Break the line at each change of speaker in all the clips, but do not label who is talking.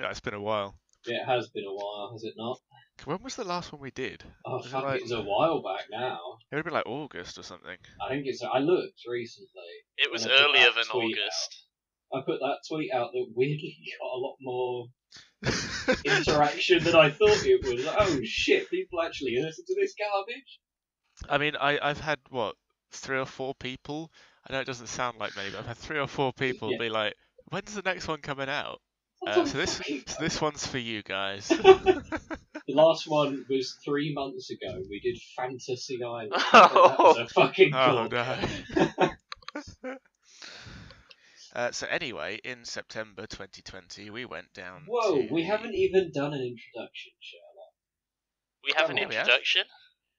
Yeah, it's been a while.
Yeah, it has been a while, has it not?
When was the last one we did?
Oh,
Is it
fuck,
like-
it was a while back now.
It would have been like August or something.
I think it's. I looked recently.
It was
when I put
earlier
that
than
tweet
August.
out. I put that tweet out that weirdly got a lot more interaction than I thought it would. Like, oh shit, people actually listen to this garbage.
I mean, I, I've had, what, three or four people? I know it doesn't sound like many, but I've had three or four people
Yeah.
be like, when's the next one coming out?
That's
Uh,
what
so this
fucking-
so this one's for you guys.
The last one was three months ago. We did Fantasy Island. that was
Oh,
a fucking
oh
cool.
no. uh, so anyway, in September 2020, we went down.
Whoa,
to
we
the-
haven't even done an introduction, Sherlock.
we have
come
an
on, we have.
introduction.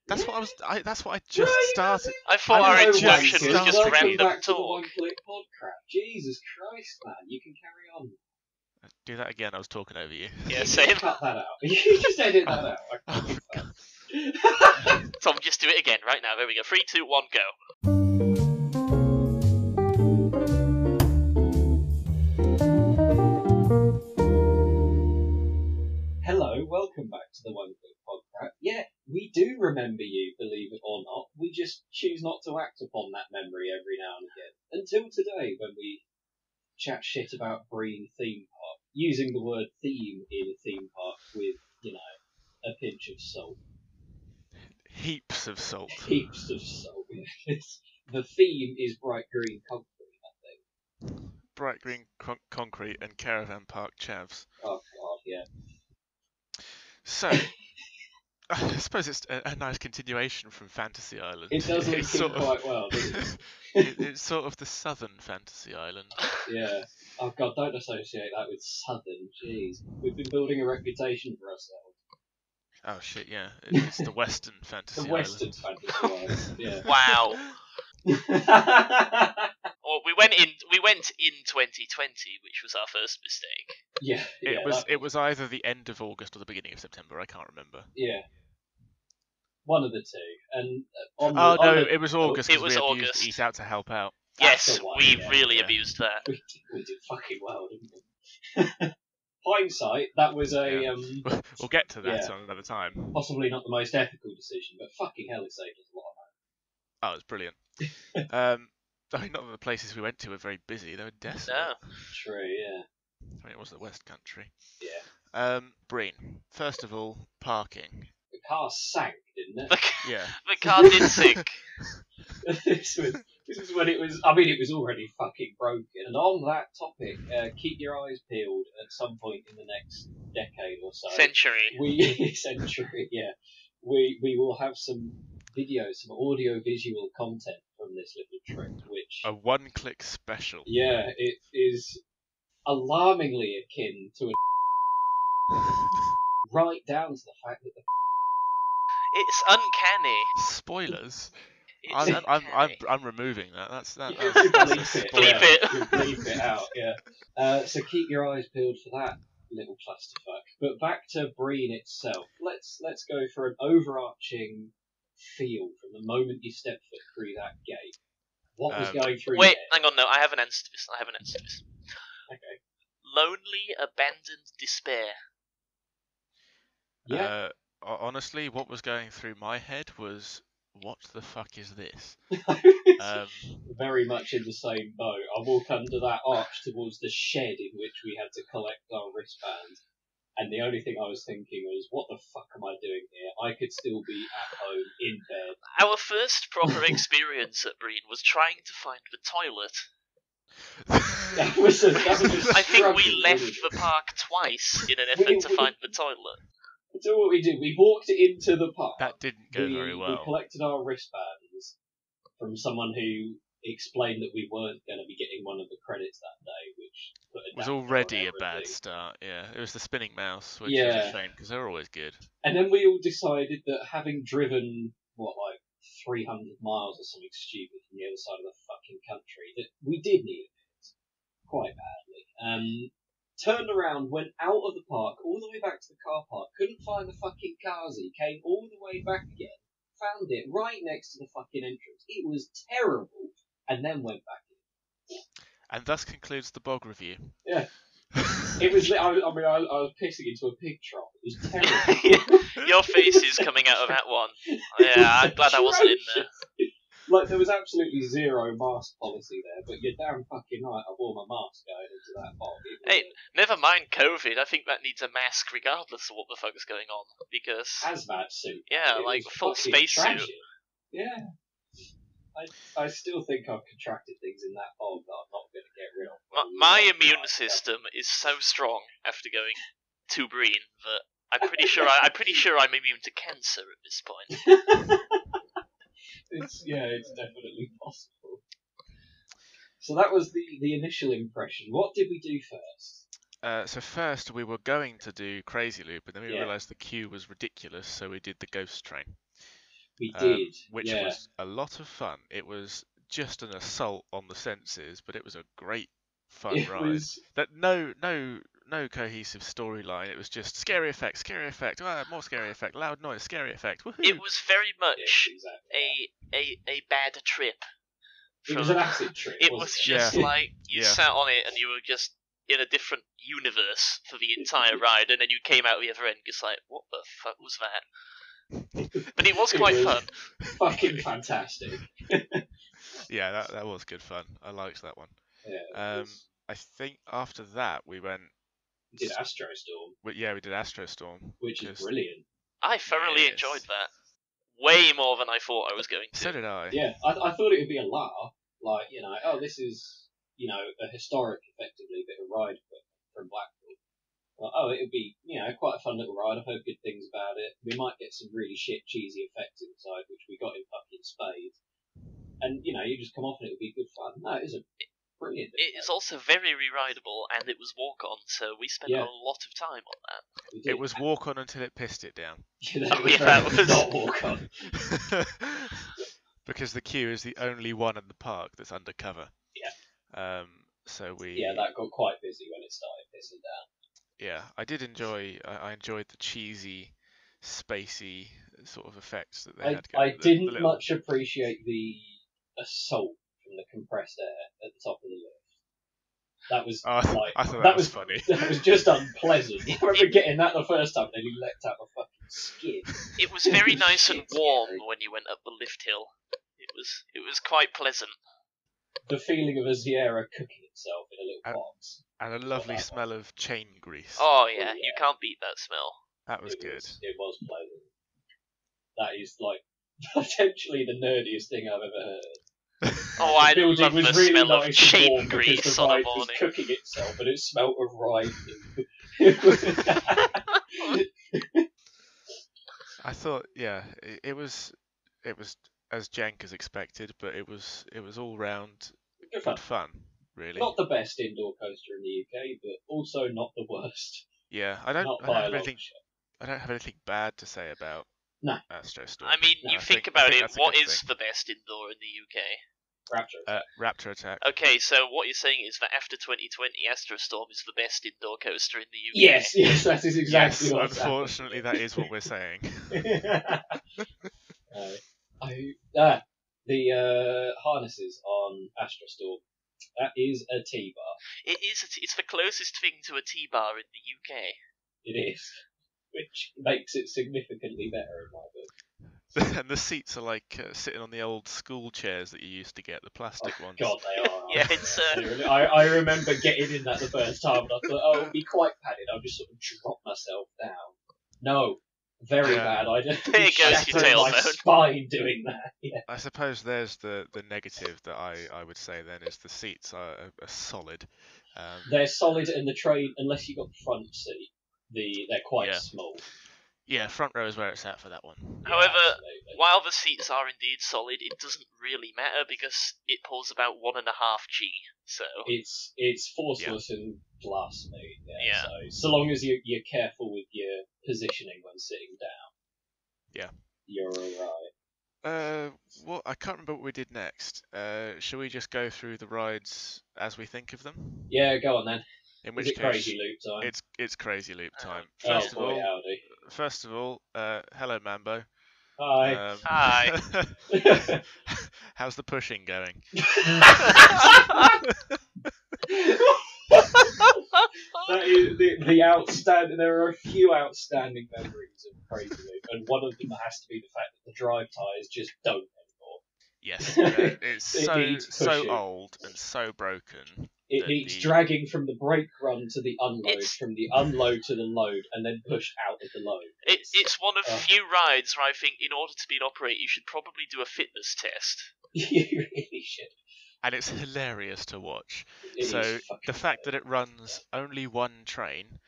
That's what I was. I, that's what I just
you
started.
I thought
I
our
don't know why
introduction
you
was
did.
just
Welcome
random
back To the
talk.
one click pod crap. Jesus Christ, man, you can carry on.
Do that again. I was talking over you.
Yeah, same.
Cut that out. You just edit that out.
Oh,
Tom, just do it again right now. There we go. Three, two, one, go.
Hello, welcome back to the One Click Pod crap. Yeah, we do remember you, believe it or not. We just choose not to act upon that memory every now and again. Until today, when we chat shit about Breen Theme Park, using the word theme in a theme park with, you know, a pinch of salt.
Heaps of salt.
heaps of salt. It's- the theme is bright green concrete.
Bright green con- concrete and caravan park chavs.
Oh god, yeah.
So. I suppose it's a, a nice continuation from Fantasy Island.
It does look
It's sort of-
quite well, doesn't it?
it, it's sort of the southern Fantasy Island.
Yeah. Oh god, don't associate that with Southern. Jeez, we've been building a reputation for ourselves.
Oh shit, yeah, it- it's the western Fantasy
The
Island.
Western fantasy wise, yeah.
Wow. Well, we went in. We went in 2020, which was our first mistake.
yeah,
It
yeah,
was
that-
it was either the end of August or the beginning of September. I can't remember.
yeah. One of the two, and uh, on the,
Oh
on
no,
the-
it was August.
It
'cause
was
we abused
August.
Eat out to help out.
That's
yes,
the one,
we
yeah,
really
yeah.
abused that.
we, did, we did fucking well, didn't we? Hindsight, that was a
Yeah.
um,
We'll get to that
Yeah.
on another time.
possibly not the most ethical decision, but fucking hell, it saved us a lot. of
Oh, it's brilliant. um, I mean, not that the places we went to were very busy. They were desolate.
No,
money. True, yeah.
I mean, it was the West Country.
Yeah.
Um, Breen. First of all, parking.
The car sank, didn't
the,
it?
c-
Yeah.
the car did sink.
this, was, this is when it was. I mean, it was already fucking broken. And on that topic, uh, keep your eyes peeled. At some point in the next decade or so,
Century.
we century, yeah, we we will have some video, some audio visual content from this little trip, which
A one-click special.
yeah, it is alarmingly akin to a right down to the fact that the
It's uncanny.
Spoilers.
It's
I'm, I'm, I'm,
uncanny.
I'm removing that. That's that.
Yeah,
That's, that's a
bleep it.
spoiler.
Uh-uh.
Uh,
Bleep it.
You bleep it out, yeah. Uh, so keep your eyes peeled for that little clusterfuck. But back to Breen itself. Let's let's go for an overarching feel from the moment you step foot through that gate. What was
Um,
going through
Wait,
there?
hang on. No, I have an answer to this. I have an answer to this.
Okay.
Lonely, abandoned despair.
Yeah.
Uh, ho- honestly, what was going through my head was, what the fuck is this? Um,
Very much in the same boat. I walk under that arch towards the shed in which we had to collect our wristbands. And the only thing I was thinking was, what the fuck am I doing here? I could still be at home in bed.
Our first proper experience at Breen was trying to find the toilet.
That was a, that was a
I think
struggle,
we
wasn't
left
it?
the park twice in an
We-
effort to
we-
find the toilet.
So what we did, we walked into the park.
that didn't go
we,
very
We
well.
collected our wristbands from someone who explained that we weren't going to be getting one of the credits that day, which put a
It was
damper on
already a
everything.
bad start. Yeah, it was the spinning mouse, which is a
Yeah.
shame because they're always good.
And then we all decided that having driven what like 300 miles or something stupid from the other side of the fucking country, that we did need it quite badly. Um, turned around, went out of the park, all the way back to the car park, couldn't find the fucking Kazi, came all the way back again, found it right next to the fucking entrance. It was terrible, and then went back.
And thus concludes the bog review.
Yeah. It was. I, I mean, I, I was pissing into a pig trough. It was terrible.
Your face is coming out of that one. Yeah, I'm glad I wasn't in there.
Like there was absolutely zero mask policy there, but you're damn fucking right. I wore my mask going into that bog. It was-
Hey. Never mind COVID. I think that needs a mask regardless of what the fuck is going on. Because
hazmat suit.
yeah,
It
like
was
full
fucking
space suit.
tragic. Yeah. I, I still think I've contracted things in that bog that I'm not going to get rid of.
My, my immune system is so strong after going to green that I'm pretty sure I, I'm pretty sure I'm immune to cancer at this point.
It's, yeah, it's definitely possible. So that was the, the initial impression. What did we do first?
Uh, so first we were going to do Crazy Loop, but then we
Yeah.
realised the queue was ridiculous, so we did the Ghost Train,
We
Um,
did.
which
yeah.
was a lot of fun. It was just an assault on the senses, but it was a great fun
it
ride.
was
That no, no, no cohesive storyline. It was just scary effect, scary effect, ah, more scary effect, loud noise, scary effect. Woohoo!
It was very
yeah,
much
exactly.
a a a bad trip.
it was an acid trip.
It
wasn't
was
it?
just
Yeah.
like you
Yeah.
sat on it and you were just in a different universe for the entire ride, and then you came out the other end just like, what the fuck was that? But it was
It
quite
was-
fun.
fucking fantastic.
Yeah, that that was good fun. I liked that one.
Yeah, it
Um,
was-
I think after that we went.
we did Astrostorm,
Well, yeah, we did Astrostorm.
which is
Just-
brilliant.
I thoroughly
Yes.
enjoyed that. Way more than I thought I was going to.
So did I.
Yeah, I, I thought it would be a laugh, like you know, oh, this is you know a historic, effectively bit of ride equipment from Blackpool. Well, oh, it would be you know quite a fun little ride. I've heard good things about it. We might get some really shit cheesy effects inside, which we got in fucking spades. And you know, you just come off and it would be good fun. No, it is a brilliant.
It is also very re-rideable, and it was walk on, so we spent
Yeah.
a lot of time on that.
We did-
It was walk on until it pissed it down.
Yeah,
Oh, yeah, that
very-
was-
not walk on.
because the queue is the only one in the park that's undercover.
Yeah.
Um. So we.
Yeah, that got quite busy when it started pissing down.
yeah, I did enjoy. I, I enjoyed the cheesy, spacey sort of effects that they
I,
had.
I
going- the- the
didn't
little-
much appreciate the assault from the compressed air at the top of the lift. That was
Oh, I, th-
like
I thought that,
that
was
was-
funny.
that was just unpleasant. I remember getting that the first time, then you leapt out of fucking skin.
It was very nice and
Shit.
warm when you went up the lift hill. It was it was quite pleasant.
The feeling of a Sierra cooking itself in a
Uh,
little box.
And a lovely
that was-
smell of chain grease.
Oh yeah,
yeah.
you can't beat that smell.
that was
it
good.
Was, it was pleasant. That is like potentially the nerdiest thing I've ever heard.
Oh, I
the building
love
was
the
really
smell
nice
of
and warm
chain
because
grease
the
on a
ride
morning.
was cooking itself, but it smelt of rye. It
I thought, yeah, it, it was, it was as jank as expected, but it was, it was all round
was-
good fun, really.
not the best indoor coaster in the UK, but also not the worst.
yeah, I don't,
not
I don't
by a
have
long
anything,
shot.
I don't have anything bad to say about
No.
Astrostorm.
I mean,
No,
you
I
think,
think- I
about
think
it.
that's a
What
good
is
thing.
the best indoor in the
Raptor.
Uh, Raptor Attack.
UK? Okay, so what you're saying is that after 2020, Astrostorm is the best indoor coaster in the UK.
yes, yes, that is exactly
yes,
what
unfortunately, that is what we're saying.
uh, I, ah, the uh, harnesses on Astrostorm. That is a T bar.
it is. It's the closest thing to a T bar in the UK.
It is, which makes it significantly better in my book.
and the seats are like uh, sitting on the old school chairs that you used to get, the plastic ones.
Oh, God, they are.
Yeah, it's, uh,
I, I remember getting in that the first time, and I thought, oh, it'll be quite padded. I'll just sort of drop myself down. No, very
Yeah.
bad. I just
There goes
your
shattered my
tailbone.
spine doing that. Yeah.
I suppose there's the, the negative that I, I would say then is the seats are, are solid. Um,
They're solid in the train unless you got the front seat. The they're quite
Yeah.
small.
yeah, front row is where it's at for that one.
Yeah,
However,
absolutely.
While the seats are indeed solid, it doesn't really matter because it pulls about one and a half G. So
it's it's forceless and glass made. Yeah,
Yeah.
So so long as you you're careful with your positioning when sitting down.
Yeah.
You're alright.
Uh, well, I can't remember what we did next. Uh, shall we just go through the rides as we think of them?
Yeah, go on then.
In
Is
which
it
case,
crazy loop time?
it's it's crazy loop
Oh,
time.
Oh
First of
boy,
all,
howdy.
first of all, uh, hello Mambo.
Hi.
Um,
Hi.
Uh, how's the pushing going?
I That is the, the outstanding. There are a few outstanding memories of Crazy Loop, and one of them has to be the fact that the drive tires just don't anymore.
Yes, yeah, it's
It
so
needs pushing.
so old and so broken.
It
The-
needs
the-
dragging from the brake run to the unload,
It's-
from the unload to the load, and then push out of the load.
It, it's one of
Oh.
few rides where I think, in order to be an operator, you should probably do a fitness test.
you really should.
And it's hilarious to watch.
It is
So,
fucking
The fact that it runs only one train,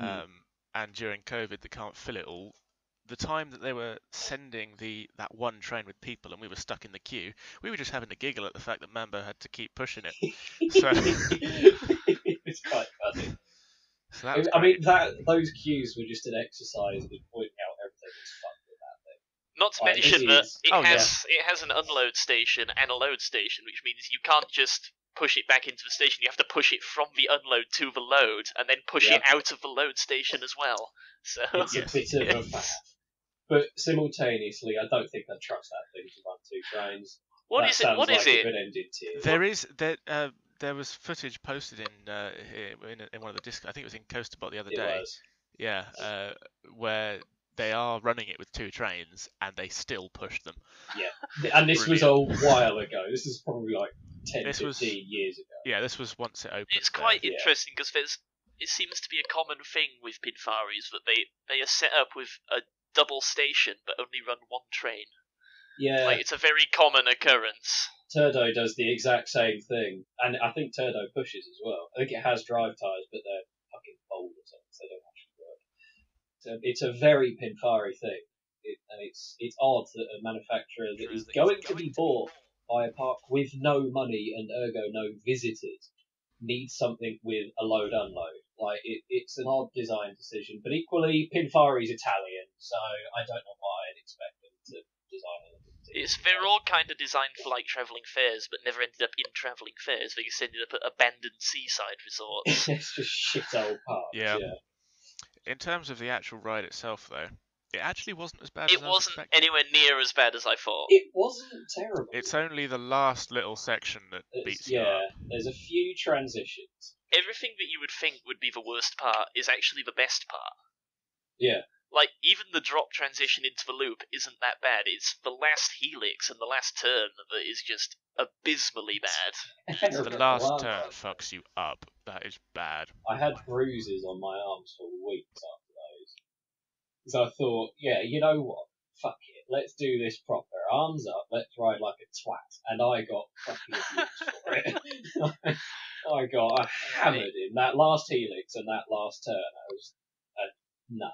Mm.
um, and during COVID they can't fill it all. The time that they were sending the that one train with people and we were stuck in the queue, we were just having to giggle at the fact that Mambo had to keep pushing it. so-
it's quite funny.
So that was
I mean,
great.
that those cues were just an exercise in pointing out everything that's fucked with that thing.
Not to
Right, it
mention that
is-
it
oh, yeah.
has it has an unload station and a load station, which means you can't just push it back into the station. You have to push it from the unload to the load, and then push it out of the load station as well. So
It's
Yes,
a bit of a
yes.
faff. But simultaneously, I don't think I'd trust that thing to run two trains.
what
That
is it?
sounds
What is
like
it?
It could end in tears.
There is there uh, there was footage posted in uh, here in, in one of the disc. I think it was in Coasterbot the other
It
day.
was.
Yeah, uh, where they are running it with two trains and they still push them.
And this was a
Brilliant.
while ago. This is probably like 10,
This
15
was-
years ago.
Yeah, this was once it opened.
It's
there.
quite
yeah.
interesting because there's it seems to be a common thing with Pinfaris that they they are set up with a double station but only run one train.
Yeah,
Like it's a very common occurrence.
Turdo does the exact same thing. And I think Turdo pushes as well. I think it has drive tyres, but they're fucking bold or something, so they don't actually work. So it's a very Pinfari thing. It, and it's it's odd that a manufacturer that is going to be bought by a park with no money and ergo no visitors needs something with a load unload. Like it, it's an odd design decision, but equally Pinfari's Italian, so I don't know why I'd expect them to design anything.
It's they're all kind of designed for like travelling fairs, but never ended up in travelling fairs. They just ended up at abandoned seaside resorts.
it's just shit old parks.
Yeah.
yeah.
In terms of the actual ride itself, though, it actually wasn't as bad.
it
as I was
wasn't
expecting.
anywhere near as bad as I thought.
It wasn't terrible.
It's only the last little section that
It's-
beats you
yeah.
up.
There's a few transitions.
Everything that you would think would be the worst part is actually the best part.
Yeah.
Like even the drop transition into the loop isn't that bad. It's the last helix and the last turn that is just abysmally bad.
It's the last turn fucks you up. That is bad.
I had bruises on my arms for weeks after those. So I thought, yeah, you know what? Fuck it. Let's do this proper. Arms up. Let's ride like a twat. And I got fucking abused for it. I got hammered in that last helix and that last turn. I was, uh, no.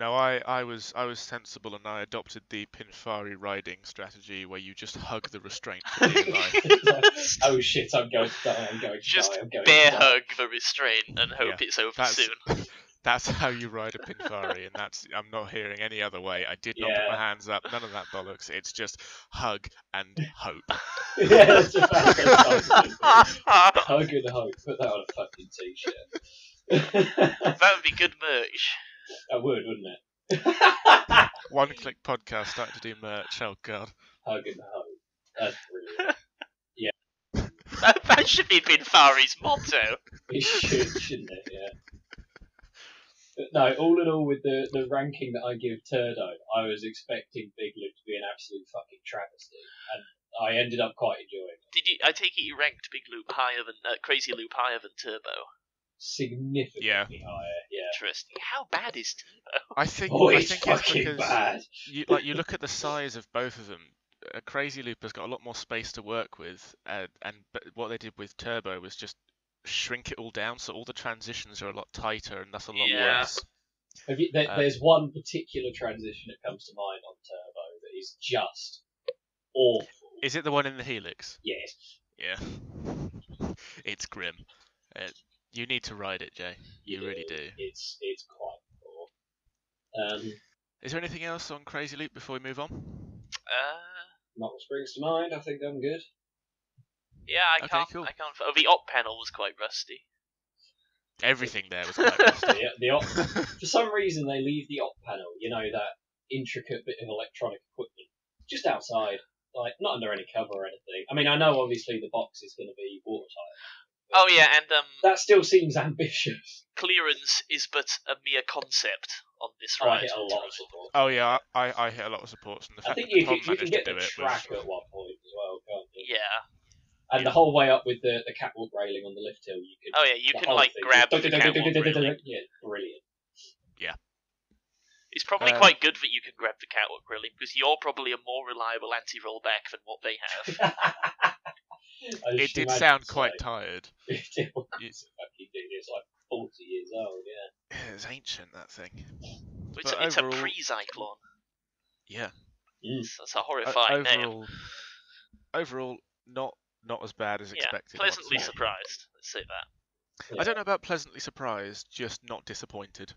No, I, I was I was sensible and I adopted the Pinfari riding strategy where you just hug the restraint for dear life.
oh shit, I'm going to die, I'm going to
Just
die, I'm going
Bear
to die.
hug the restraint and hope it's over
That's
soon.
that's how you ride a Pinfari, and that's I'm not hearing any other way. I did not put
Yeah.
my hands up, none of that bollocks. It's just hug and hope.
yeah, that's a fucking hug. Hug and hug, put that on a fucking t shirt.
that would be good merch.
that would, wouldn't it? hug
One click podcast starting to do merch. Oh god,
and hug. That's brilliant.
That, that should be Binfari's motto.
It should, shouldn't it? Yeah. But no, all in all, with the, the ranking that I give Turdo, I was expecting Big Luke to be an absolute fucking travesty, and I ended up quite enjoying it.
Did you? I take it you ranked Big Loop higher than uh, Crazy Loop higher than Turbo.
Significantly
Yeah.
higher, yeah.
Interesting. How bad is
I think
Oh,
I
it's
think it's
fucking
because
bad.
you like you look at the size of both of them. Uh, Crazy Loop has got a lot more space to work with, uh, and but what they did with Turbo was just shrink it all down, so all the transitions are a lot tighter and that's a lot
Yeah.
worse.
Have you, there,
Uh,
there's one particular transition that comes to mind on Turbo that is just awful.
Is it the one in the Helix?
Yes.
Yeah. It's grim. Uh, you need to ride it, Jay. You really do.
It's it's quite poor. Um,
Is there anything else on Crazy Loop before we move on?
Uh,
not what springs to mind. I think I'm good.
yeah, I
Okay,
can't.
cool.
I can't. Oh, the op panel was quite rusty.
Everything there was quite rusty.
The, the op, for some reason they leave the op panel. You know that intricate bit of electronic equipment just outside, like not under any cover or anything. I mean, I know obviously the box is going to be watertight. but
Oh yeah, and um,
that still seems ambitious.
clearance is but a mere concept on this
Oh, I
ride.
hit a lot of support.
Oh yeah, I, I hit a lot of supports, and the
I
fact
think
that
you
Tom
can, you can
managed
get
to
the
do it
track
was
at one point as well, can't you?
Yeah.
And the whole way up with the, the catwalk railing on the lift hill, you can.
Oh yeah, you
the
can
whole
like
thing.
grab the catwalk railing.
Yeah, brilliant.
It's probably
Um,
quite good that you can grab the catwalk railing because you're probably a more reliable anti-roll back than what they have.
I
it
just
did
imagine
sound
it's
quite
like-
tired.
it's a
It's,
fucking thing, It's like forty years old. Yeah.
it's ancient that thing.
It's,
But
a, it's a
overall-
pre-cyclone.
Yeah.
It's- That's a
O-
horrifying name.
overall, overall, not not as bad as
Yeah,
expected.
Pleasantly
once more.
surprised. Let's say that.
I don't know about pleasantly surprised, just not disappointed.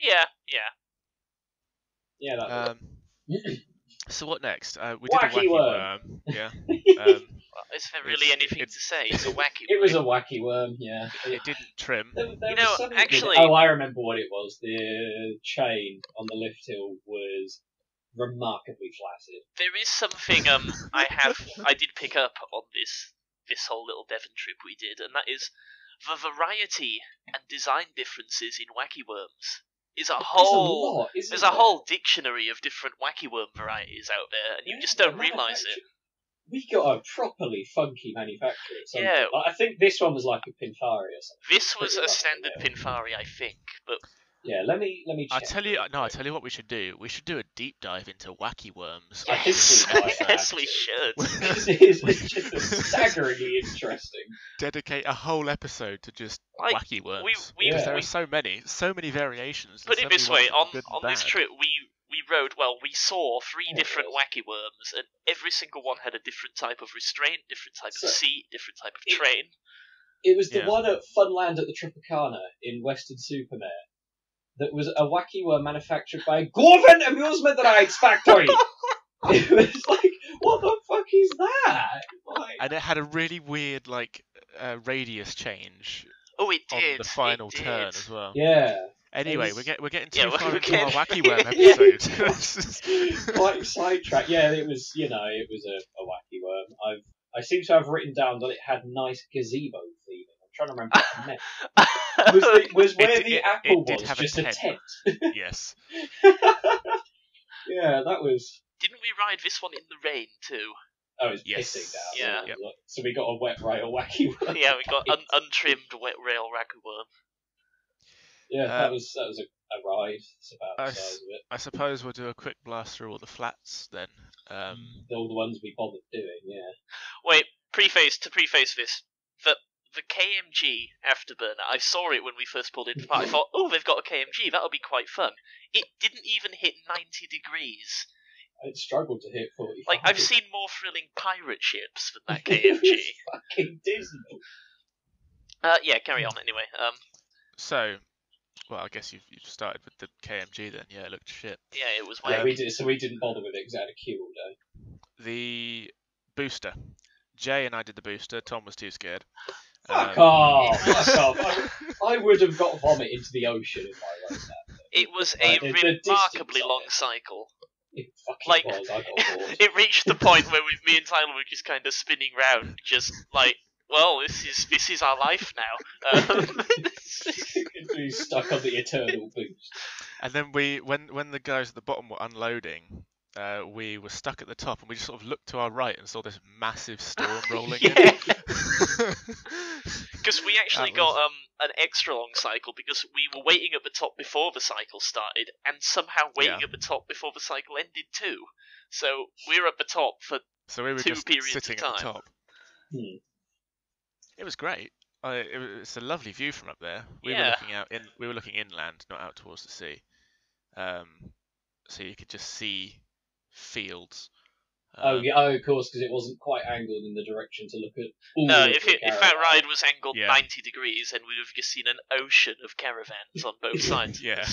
Yeah, yeah.
Yeah. That
Uh,
Um, so what next? Uh, we
Wacky
did a wacky
worm.
worm. Yeah. Um,
Well, is there really
It's-
anything
it's-
to say? It's a wacky.
it was a
one.
wacky worm. Yeah.
it didn't trim.
There- there
You
was
know,
something-
actually-
Oh, I remember what it was. The chain on the lift hill was remarkably flaccid.
There is something um I have I did pick up on this this whole little Devon trip we did, and that is the variety and design differences in wacky worms is a whole.
There's a lot, isn't
There's a
there?
whole dictionary of different wacky worm varieties out there, and you just don't
Yeah,
realise it.
manufacture- We got a properly funky manufacturer. at some
Yeah.
point. Like, I think this one was like a Pinfari or something.
This was
Pretty
a
much,
standard
yeah.
Pinfari, I think, but
Yeah, let me let me
I
check.
tell you, no, I tell you what we should do. We should do a deep dive into wacky worms. I think
yes,
we might
yes, we
actually.
should.
this is it's just a staggeringly interesting.
dedicate a whole episode to just
Like,
wacky worms.
we- we-
because there
we-
are so many, so many variations. and
Put
so
it this
many
way: on
ones that are good and
on this
bad.
trip, we we rode. Well, we saw three
Yeah,
different
it was.
wacky worms, and every single one had a different type of restraint, different type
So-
of seat, different type of
It-
train.
It was the
Yeah.
one at Funland at the Tropicana in Western Supermare that was a wacky worm manufactured by Gorvan Amusement Rides Factory. it was like, what the fuck is that? Like,
and it had a really weird like uh, radius change
Oh, it
on
did.
the final
it did.
turn as well.
yeah.
Anyway,
was-
we're, get, we're getting
Yeah,
too
we're
far into
getting-
our wacky worm
Yeah.
episode.
quite sidetracked. Yeah, it was. You know, it was a, a wacky worm. I've I seem to have written down that it had nice gazebo theming. I'm trying to remember what it meant. Was, the, was where
It-
the
it-
apple
it did
was
have a
just a
tent.
tent.
yes,
Yeah, that was.
Didn't we ride this one in the rain too?
I was
Yes.
pissing down.
Yeah.
Yep.
So we got a wet rail wacky worm.
yeah, we got un- untrimmed wet rail ragu worm.
Yeah,
Uh,
that
Um,
was that was a, a ride. It's about
I
the size
s-
of it.
I suppose we'll do a quick blast through all the flats then. Um,
All the ones we bothered doing. Yeah.
Wait, preface to preface this the the KMG afterburner. I saw it when we first pulled into park. I thought, oh, they've got a KMG. That'll be quite fun. It didn't even hit ninety degrees.
It struggled to hit forty.
Like I've seen more thrilling pirate ships than that KMG.
fucking dismal.
uh, yeah, carry on anyway. Um,
so, well, I guess you've, you've started with the KMG then. Yeah, it looked shit.
yeah, it was.
Um,
Yeah,
Like,
we did. So we didn't bother with it because it had a queue all day.
The booster. Jay and I did the booster. Tom was too scared. Um,
Fuck off! Fuck off! I, I would have got vomit into the ocean if I wrote that.
it was
Like,
a
the- the distance
remarkably
of
long
it.
cycle.
It fucking
Like-
was. I got bored.
it reached the point where we, me and Tyler were just kind of spinning round, just like, well, this is this is our life now. Um,
Be stuck on the eternal boost.
And then we, when when the guys at the bottom were unloading, uh, we were stuck at the top, and we just sort of looked to our right and saw this massive storm rolling
yeah,
in.
because we actually
That
got
was-
um an extra long cycle because we were waiting at the top before the cycle started, and somehow waiting
Yeah.
at the top before the cycle ended too. So we were at the top for
so we were
Two
just
periods of
sitting at the
time.
top.
Hmm.
It was great. I, it was, it's a lovely view from up there. We were
Yeah.
looking out in. We were looking inland, not out towards the sea. Um, so you could just see fields.
Oh
Uh.
Um,
yeah, oh of course, because it wasn't quite angled in the direction to look at. All
no.
of
If
the
it, if that
caravan.
ride was angled
Yeah.
ninety degrees, then we'd have just seen an ocean of caravans on both sides.
Yeah.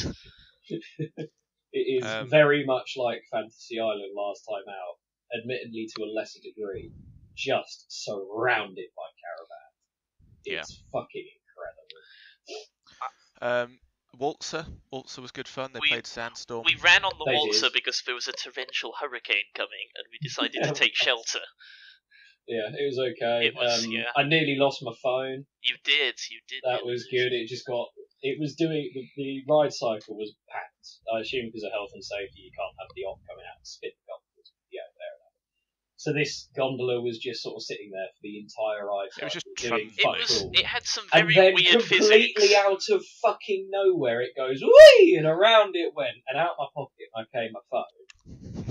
it is
um,
very much like Fantasy Island last time out, admittedly to a lesser degree, just surrounded by caravans.
Yeah.
It's fucking incredible.
Um, Waltzer. Waltzer was good fun. They
We-
played Sandstorm.
We ran on the
They
waltzer
did.
because there was a torrential hurricane coming, and we decided
Yeah.
to take shelter.
Yeah, it was okay.
It was,
um,
yeah.
I nearly lost my phone.
You did, you did.
That
really
was
lose.
good. It just got. It was doing the, the ride cycle was packed. I assume because of health and safety, you can't have the op coming out and spit the gondolas. Yeah, fair enough. So this gondola was just sort of sitting there for the entire ride.
It was just
cycle, doing
trans-
It
fuck
was.
all.
It had some
and
very
then
weird
completely
physics.
out of fucking nowhere, it goes wee, and around it went, and out my pocket I came my phone.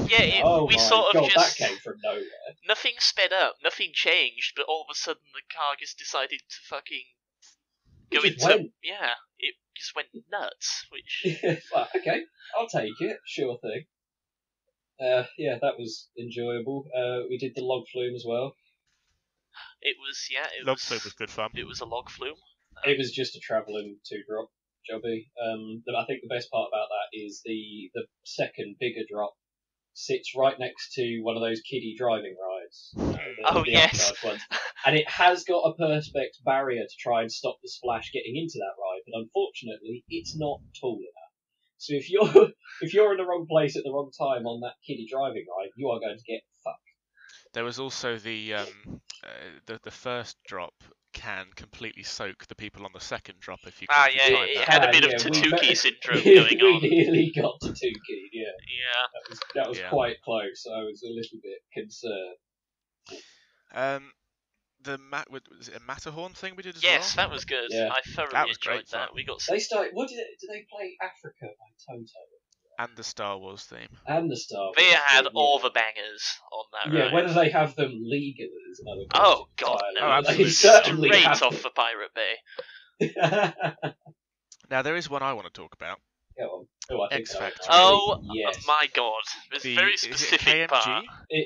Yeah, it,
oh
we
my
sort of
god,
just
that came from nowhere.
nothing sped up, nothing changed, but all of a sudden the car just decided to fucking go
It
into
just went.
yeah, it just went nuts, which
Fuck, okay, I'll take it. Sure thing. Uh, yeah, that was enjoyable. Uh, we did the log flume as well.
it was yeah, it
Log
was,
Flume was good fun.
it was a log flume.
It was just a travelling two drop jobby. Um, but I think the best part about that is the the second bigger drop sits right next to one of those kiddie driving rides. you know, the-
Oh,
the
yes.
upcharge ones. And it has got a perspex barrier to try and stop the splash getting into that ride, but unfortunately, it's not tall enough. So if you're if you're in the wrong place at the wrong time on that kiddie driving ride, you are going to get fucked.
There was also the um, uh, the the first drop can completely soak the people on the second drop if you.
Ah
if you
yeah,
time
it, it
that
had
right.
a
Ah,
bit
yeah,
of
we
Tatuki
bet-
syndrome going
we
on.
nearly got to two keyed, yeah.
Yeah,
That was that was
Yeah.
quite close. I was a little bit concerned.
Um, the mat was it a Matterhorn thing we did as
yes,
well.
that was good.
Yeah.
I thoroughly
That was
enjoyed
great
that.
fun.
We got some,
They started. What did they, did they play? Africa by Toto
and the Star Wars theme.
and the Star.
they
Wars
had
thing, yeah.
all the bangers on that
Yeah,
ride.
whether they have them legally is another question.
Oh god, no!
Oh,
entirely.
absolutely.
They certainly
Straight
have
off the Pirate Bay. Oh,
them.
Now there is one I want to talk about.
Go on. Oh, I think
X
so.
Factor.
Oh
yes.
my god! This
The,
very
is it
specific
KMG?
part.
I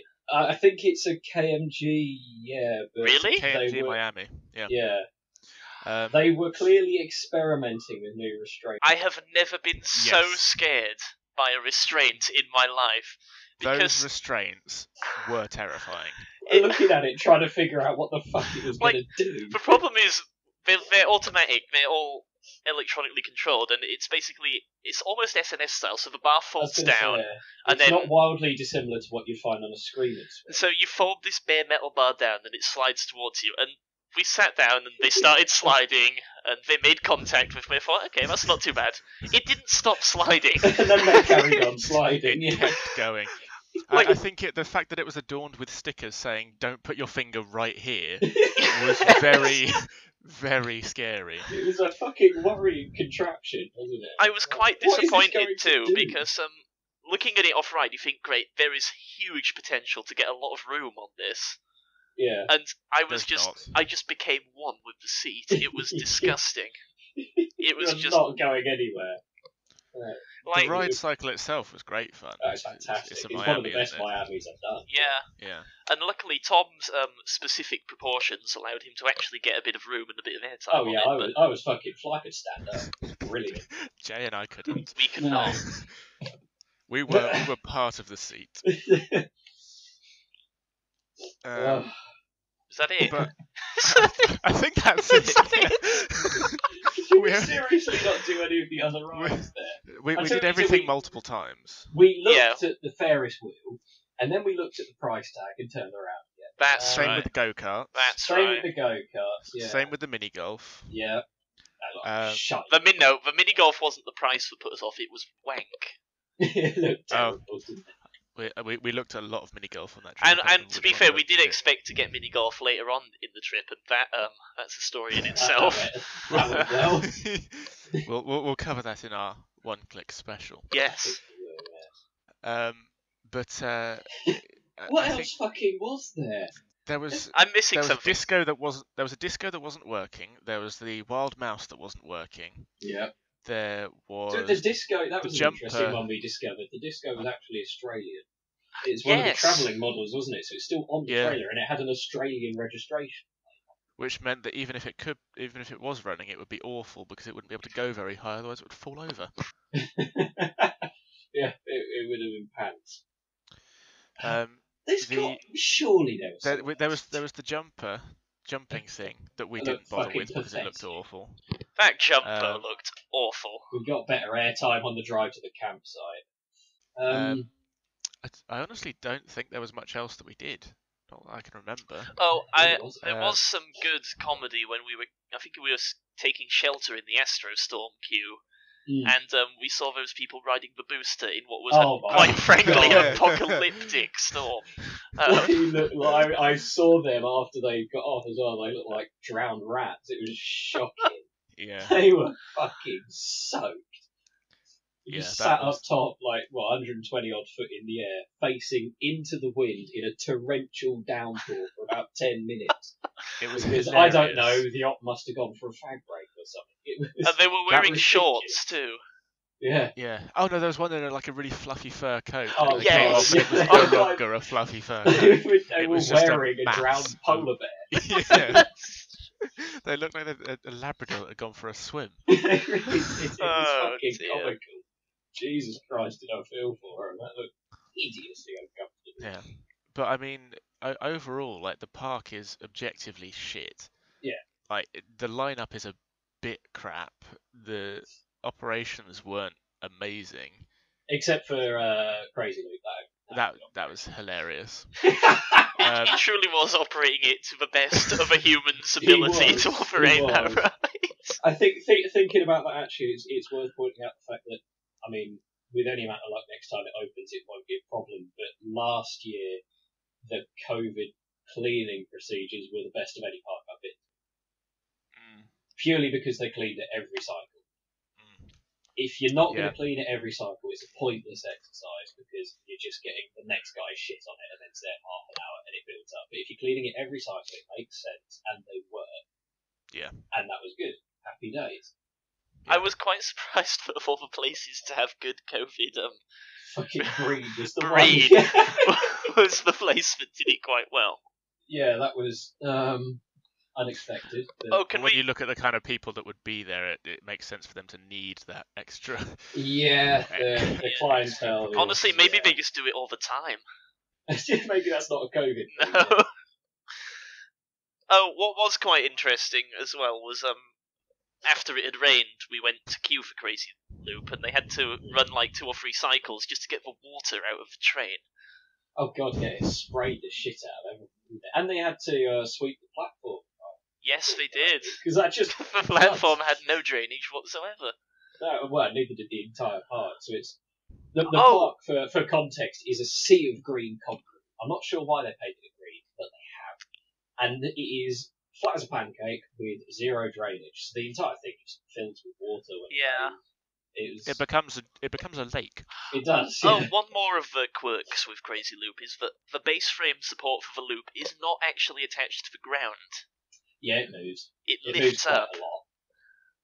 I think it's a KMG. Yeah. But
Really?
KMG
They were-
Miami. Yeah.
Yeah.
Um,
They were clearly experimenting with new restraints.
I have never been so
Yes.
scared by a restraint in my life
those
because
restraints were terrifying.
I'm looking at it, trying to figure out what the fuck it was
Like,
going to do.
the problem is they're, they're automatic. They're all electronically controlled, and it's basically it's almost SNS style. So the bar
I was
folds
gonna say,
down,
uh,
and
it's
then
not wildly dissimilar to what you find on a screen. It's-
so you fold this bare metal bar down, and it slides towards you. And we sat down, and they started sliding, and they made contact with me. I thought, okay, that's not too bad. It didn't stop sliding.
and then they carried on sliding.
It
Yeah.
kept going. I-
Like-
I, think it, the fact that it was adorned with stickers saying "Don't put your finger right here" was very, very scary.
It was a fucking worrying contraption, wasn't it?
I was quite
What is this
disappointed
going to
too
do?
because um, looking at it off right, you think, great, there is huge potential to get a lot of room on this,
Yeah.
and I was
There's
just,
not.
I just became one with the seat. It was disgusting. It was
You're
just
not going anywhere.
like,
the ride cycle itself was great fun.
That was
It's- it's-
fantastic. It's,
It's, a
one of
Miami,
the best
isn't it?
Miami's I've done.
yeah.
Yeah.
And luckily, Tom's um, specific proportions allowed him to actually get a bit of room and a bit of airtime.
Oh
on
yeah,
it,
I
but
was, I was fucking fly could stand up. Brilliant.
Jay and I couldn't.
we could
No.
not.
We were we were part of the seat.
Uh,
Um,
Ugh.
Is that it?
but I think that's it.
Did we
we're-
seriously not do any of the other rides there?
We,
I
we did
don't- do
everything
we-
multiple times.
We
Yeah.
looked at the Ferris wheel, and then we looked at the price tag and turned around.
That's
Same
right.
with the go karts.
That's
Same
right.
Uh, with the go karts. Yeah.
Same with the mini golf.
Yeah. That looked
Uh,
shite.
The min no, the mini golf wasn't the price that put us off. It was wank.
it looked
Oh.
terrible. didn't it?
We, we, we looked at a lot of mini golf on that trip.
And
I don't
and
know
to
which
be
one
fair,
of
we
them
did
it.
expect to get mini golf later on in the trip, and that um that's a story in
That-
itself.
That, went, that went well.
we'll, we'll we'll cover that in our one click special.
yes.
Um, but uh, I-
What
I
else
think
fucking was there?
there was
I'm missing
there was a
something.
disco that wasn't there was a disco that wasn't working. There was the wild mouse that wasn't working.
Yeah.
There was
So the disco, that
the
was an
jumper.
interesting one we discovered. The disco was actually Australian. It's one of
Yes.
the travelling models, wasn't it? So it's still on the
Yeah.
trailer and it had an Australian registration.
which meant that even if it could, even if it was running, it would be awful because it wouldn't be able to go very high. Otherwise, it would fall over.
Yeah, it, it would have been pants.
Um,
There's
The-
got, surely there was.
there,
something
there
else.
was there was the jumper jumping thing that we
It
didn't
looked
bother
fucking
with because it looked
pathetic.
awful.
That jumper
uh,
looked awful.
We got better airtime on the drive to the campsite. Um,
I, I honestly don't think there was much else that we did. Not that I can remember.
Oh, I,
It was,
there
uh,
was some good comedy when we were. I think we were s- taking shelter in the Astro Storm queue,
Mm.
and um, we saw those people riding the booster in what was
Oh
a,
my
quite frankly
God.
apocalyptic storm.
What
Um,
do you look like? I saw them after they got off as well. They looked like drowned rats. It was shocking.
Yeah.
they were fucking soaked. You
Yeah, that
sat
was-
up top, like well, 120 odd foot in the air, facing into the wind in a torrential downpour for about 10 minutes.
It was
Because I don't
hilarious. Uh,
know, the op must have gone for a fag break or something. It was,
and they were
That
wearing
was-
shorts too.
yeah.
Yeah. Oh no, there was one in a, like a really fluffy fur coat.
Oh,
and it
yes.
came off, it was
Yeah.
no longer a fluffy fur coat.
they were- they
It
were
was just a
wearing a,
mass
drowned
of-
polar bear.
yeah. They looked like a, a Labrador that had gone for a swim.
it, it, it
Oh,
was fucking
dear.
comical. Jesus Christ, did I feel for her? and That looked hideously uncomfortable.
Yeah. But I mean, o- overall, like the park is objectively shit.
Yeah.
Like it- the lineup is a bit crap. The operations weren't amazing.
Except for uh, Crazy Luke, though.
That that was hilarious.
It- it
Um,
truly was operating it to the best of a human's
He
ability
was,
to
he
operate that
was.
right.
I think th- thinking about that actually, it's, it's worth pointing out the fact that I mean, with any amount of luck, next time it opens, it won't be a problem. But last year, the COVID cleaning procedures were the best of any park I've been.
Mm,
Purely because they cleaned it every cycle.
mm.
if you're not going
Yeah.
to clean it every cycle, it's a pointless exercise because you're just getting the next guy's shit on it and then it's there half an hour and it builds up. But if you're cleaning it every cycle, it makes sense and they work.
Yeah.
And that was good. Happy days.
I was quite surprised that of all the places to have good COVID um,
Fucking greed was the
Greed.
one.
was the place that did it quite well.
yeah, that was um, unexpected. but-
Oh, can
when
we?
you look at the kind of people that would be there, it, it makes sense for them to need that extra.
Yeah, the, the
Yeah.
clientele. is-
Honestly, maybe they just do it all the time.
maybe that's not a COVID. thing.
No. oh, what was quite interesting as well was um after it had rained, we went to queue for Crazy Loop, and they had to run like two or three cycles just to get the water out of the train.
Oh god, yeah, it sprayed the shit out of everything. And they had to uh, sweep the platform
Yes, they did.
because that just
the platform had no drainage whatsoever.
No, Uh, well, neither did the entire park. So it's the, the
Oh.
park, for, for context, is a sea of green concrete. I'm not sure why they painted it green, but they have, and it is flat as a pancake with zero drainage. So the entire thing just fills with water. When it
Yeah.
rains. it, was,
It becomes a, it becomes a lake.
it does.
Oh,
yeah.
one more of the quirks with Crazy Loop is that the base frame support for the loop is not actually attached to the ground.
yeah, it moves.
It,
It moves
lifts
quite
up.
a lot.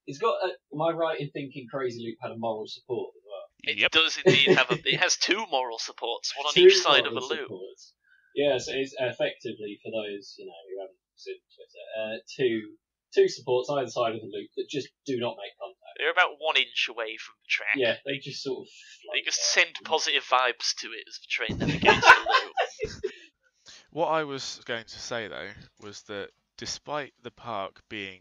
It's got. A, am I right in thinking Crazy Loop had a moral support as well?
It
Yep.
does indeed have a. It has two moral supports, one on
Two
each side of the
models
loop.
course. Yeah, so it's uh, effectively for those you know who haven't seen Twitter, uh, two two supports either side of the loop that just do not make contact.
They're about one inch away from the track.
Yeah, Mm. they just sort of uh, float
They just
there.
send positive vibes to it as the train navigates the loop.
What I was going to say though was that despite the park being,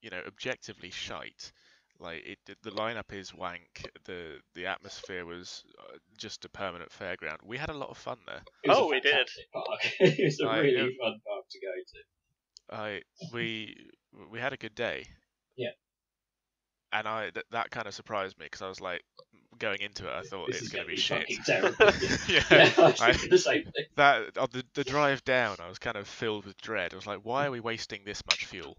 you know, objectively shite, like it, the- the lineup is wank, the the atmosphere was uh, just a permanent fairground. We had a lot of fun there.
was a
Oh, we did.
fantastic Park. it was a
Right,
really
yeah.
fun park to go to.
I we we had a good day.
Yeah.
And I th- that kind of surprised me because I was like going into it, I thought
This
it's
is
going to be shit.
fucking terrible. yeah, I was
I-
thinking the same thing.
That on the, the drive down, I was kind of filled with dread. I was like, why are we wasting this much fuel?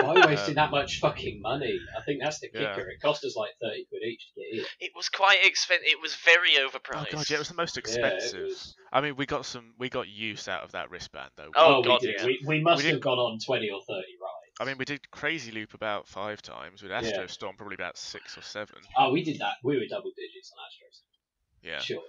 Why wasting that much fucking money? I think that's the kicker.
Um, Yeah.
It cost us like thirty quid each to get in.
It was quite expensive. It was very
Oh
overpriced.
god, yeah, it was the most
Yeah, it
expensive.
was...
I mean, we got some, we got use out of that wristband though.
Oh,
We-
God,
we did.
yeah.
We, we
We
must
did-
have gone on twenty or thirty rides.
I mean, we did Crazy Loop about five times with Astro Storm, probably about six or seven.
Oh, we did that. We were double digits on Astros.
Yeah,
Sure.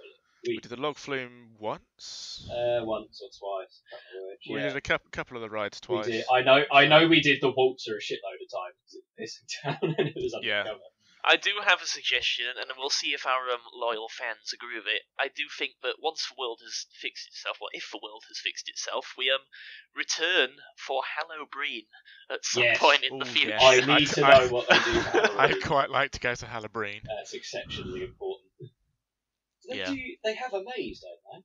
we did the Log Flume once.
Uh, once or twice. I can't remember which,
We
yeah.
did a couple, couple of the rides
We
twice.
did. I know. I know. We did the waltzer a shitload of times. This town, and it was
Yeah.
undercover.
I do have a suggestion, and we'll see if our um, loyal fans agree with it. I do think that once the world has fixed itself, or if the world has fixed itself, we um return for Halloween at some
Yes.
point in the
Ooh,
future.
yes.
I
I-
need to
I-
know what they do. for
I'd
Halloween.
quite like to go to Hallabrine.
That's exceptionally important. They
Yeah.
do. They have a maze, don't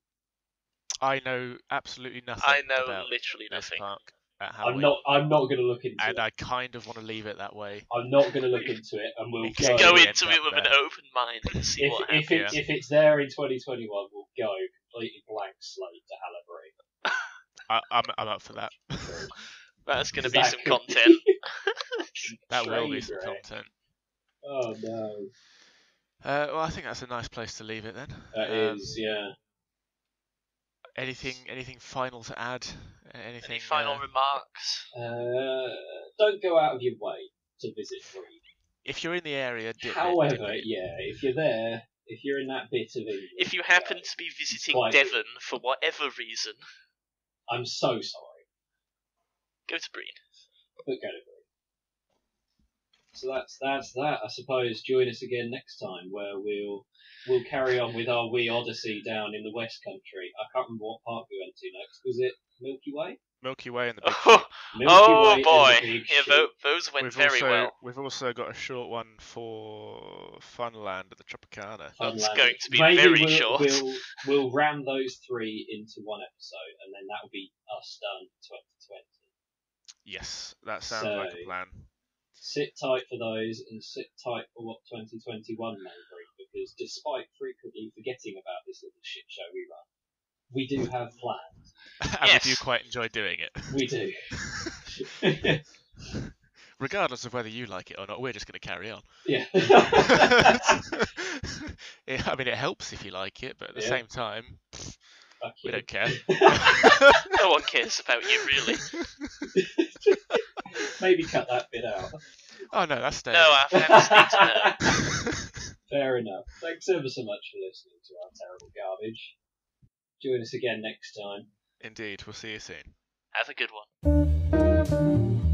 I know absolutely nothing.
I know
about
literally
this
nothing.
park at Halloween,
I'm not. I'm not going to look into
and
it.
I kind of want to leave it that way.
I'm not going to look into it, and we'll
Go
go.
Go
in
into
up
it with an
there.
open mind and see
if
what happens.
if, it, if it's there in 2021, we'll go completely blank slate to Hallabury.
I, I'm I'm up for that.
That's going to be
That
some
could be-
content.
that will be
Trade,
some
right?
content.
Oh no,
Uh, well, I think that's a nice place to leave it then.
that
Um,
is yeah.
Anything anything final to add? Anything
Any final
uh,
remarks?
Uh, don't go out of your way to visit Reed.
if you're in the area, dip it, dip
However,
it.
yeah, if you're there, if you're in that bit of England,
If you happen to be visiting
Quite.
Devon for whatever reason,
I'm so sorry,
go to Breen.
but go to Reed. So that's that's that. I suppose join us again next time where we'll we'll carry on with our wee odyssey down in the West Country. I can't remember what park we went to next. Was it Milky Way?
Milky Way and the big
Oh,
Milky
oh
Way and
boy,
the Big
yeah,
Sheep.
tho- those went
we've
very
also,
well.
We've also got a short one for Funland at the Tropicana.
Fun
That's
land.
going to be
Maybe
very
we'll,
short.
We'll, we'll ram those three into one episode, and then that'll be us done 2020.
Yes, that sounds like a
So-
plan.
Sit tight for those, and sit tight for what 2021 may bring, because despite frequently forgetting about this little shit show we run, we do have plans.
and we do
Yes.
quite enjoy doing it.
We do.
Regardless of whether you like it or not, we're just going to carry on.
yeah.
It- I mean, it helps if you like it, but at the
Yeah.
same time,
Fuck
we
you.
don't care.
No one cares about you, really.
Maybe cut that bit out.
Oh no, that's
No, uh, our fans need to know.
Fair enough. Thanks ever so much for listening to our terrible garbage. Join us again next time.
Indeed, we'll see you soon.
Have a good one.